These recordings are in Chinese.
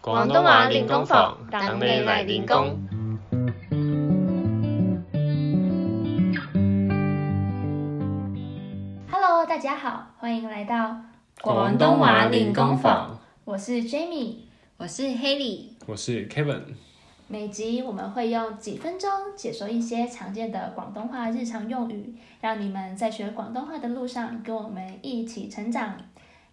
广东话練功房，等你嚟練功。 Hello，大家好，欢迎来到，我是 Jamie。我是 Haley，我是 Kevin，每集我们会用几分钟解说一些常见的广东话日常用语，让你们在学广东话的路上跟我们一起成长。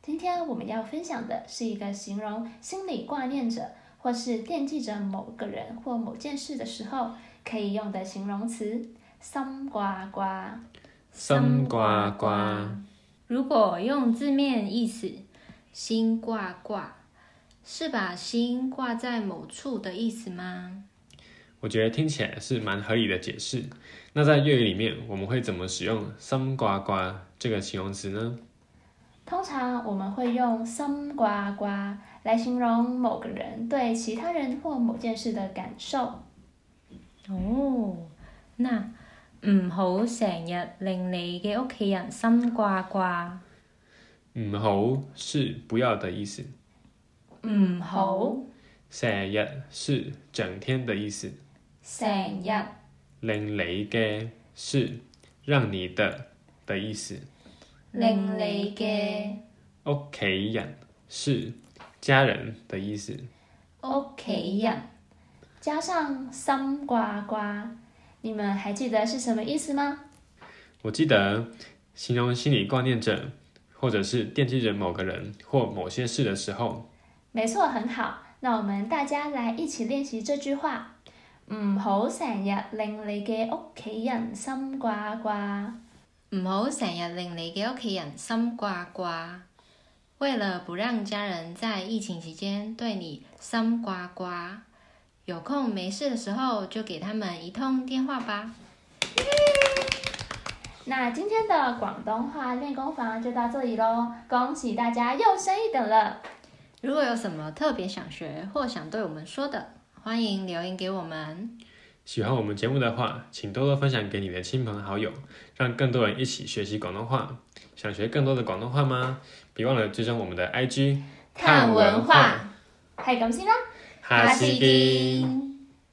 今天我们要分享的是一个形容心里挂念着或是惦记着某个人或某件事的时候可以用的形容词“心挂挂心掛掛，如果用字面意思，心挂挂是把心挂在某处的意思吗？我觉得听起来是蛮合理的解释。那在粤语里面，我们会怎么使用“心掛掛”这个形容词呢？”。通常我们会用“心挂挂”来形容某个人对其他人或某件事的感受。哦，嗱，唔好成日令你嘅屋企人心掛掛，唔好是不要的意思，唔嗯好成日是整天的意思，成日令你嘅是让你的的意思，令你嘅屋企人是家人的意思，屋企人加上“心挂挂”，你们还记得是什么意思吗？我记得形容心里挂念着，或者是惦记着某个人或某些事的时候，没错，很好。那我们大家来一起练习这句话。唔好成日令你嘅屋企人心掛掛。唔好成日令你嘅屋企人心掛掛。為了不讓家人在疫情期間對你心掛掛，有空沒事的時候就給他們一通電話吧。那今天的广东话练功房就到这里喽，恭喜大家又升一等了。如果有什麼特別想學或想對我們說的，歡迎留言給我們。喜欢我们节目的话，请多多分享给你的亲朋好友，让更多人一起学习广东话。想学更多的广东话吗？别忘了追踪我们的 IG。探文化，啊系咁先啦。下次见。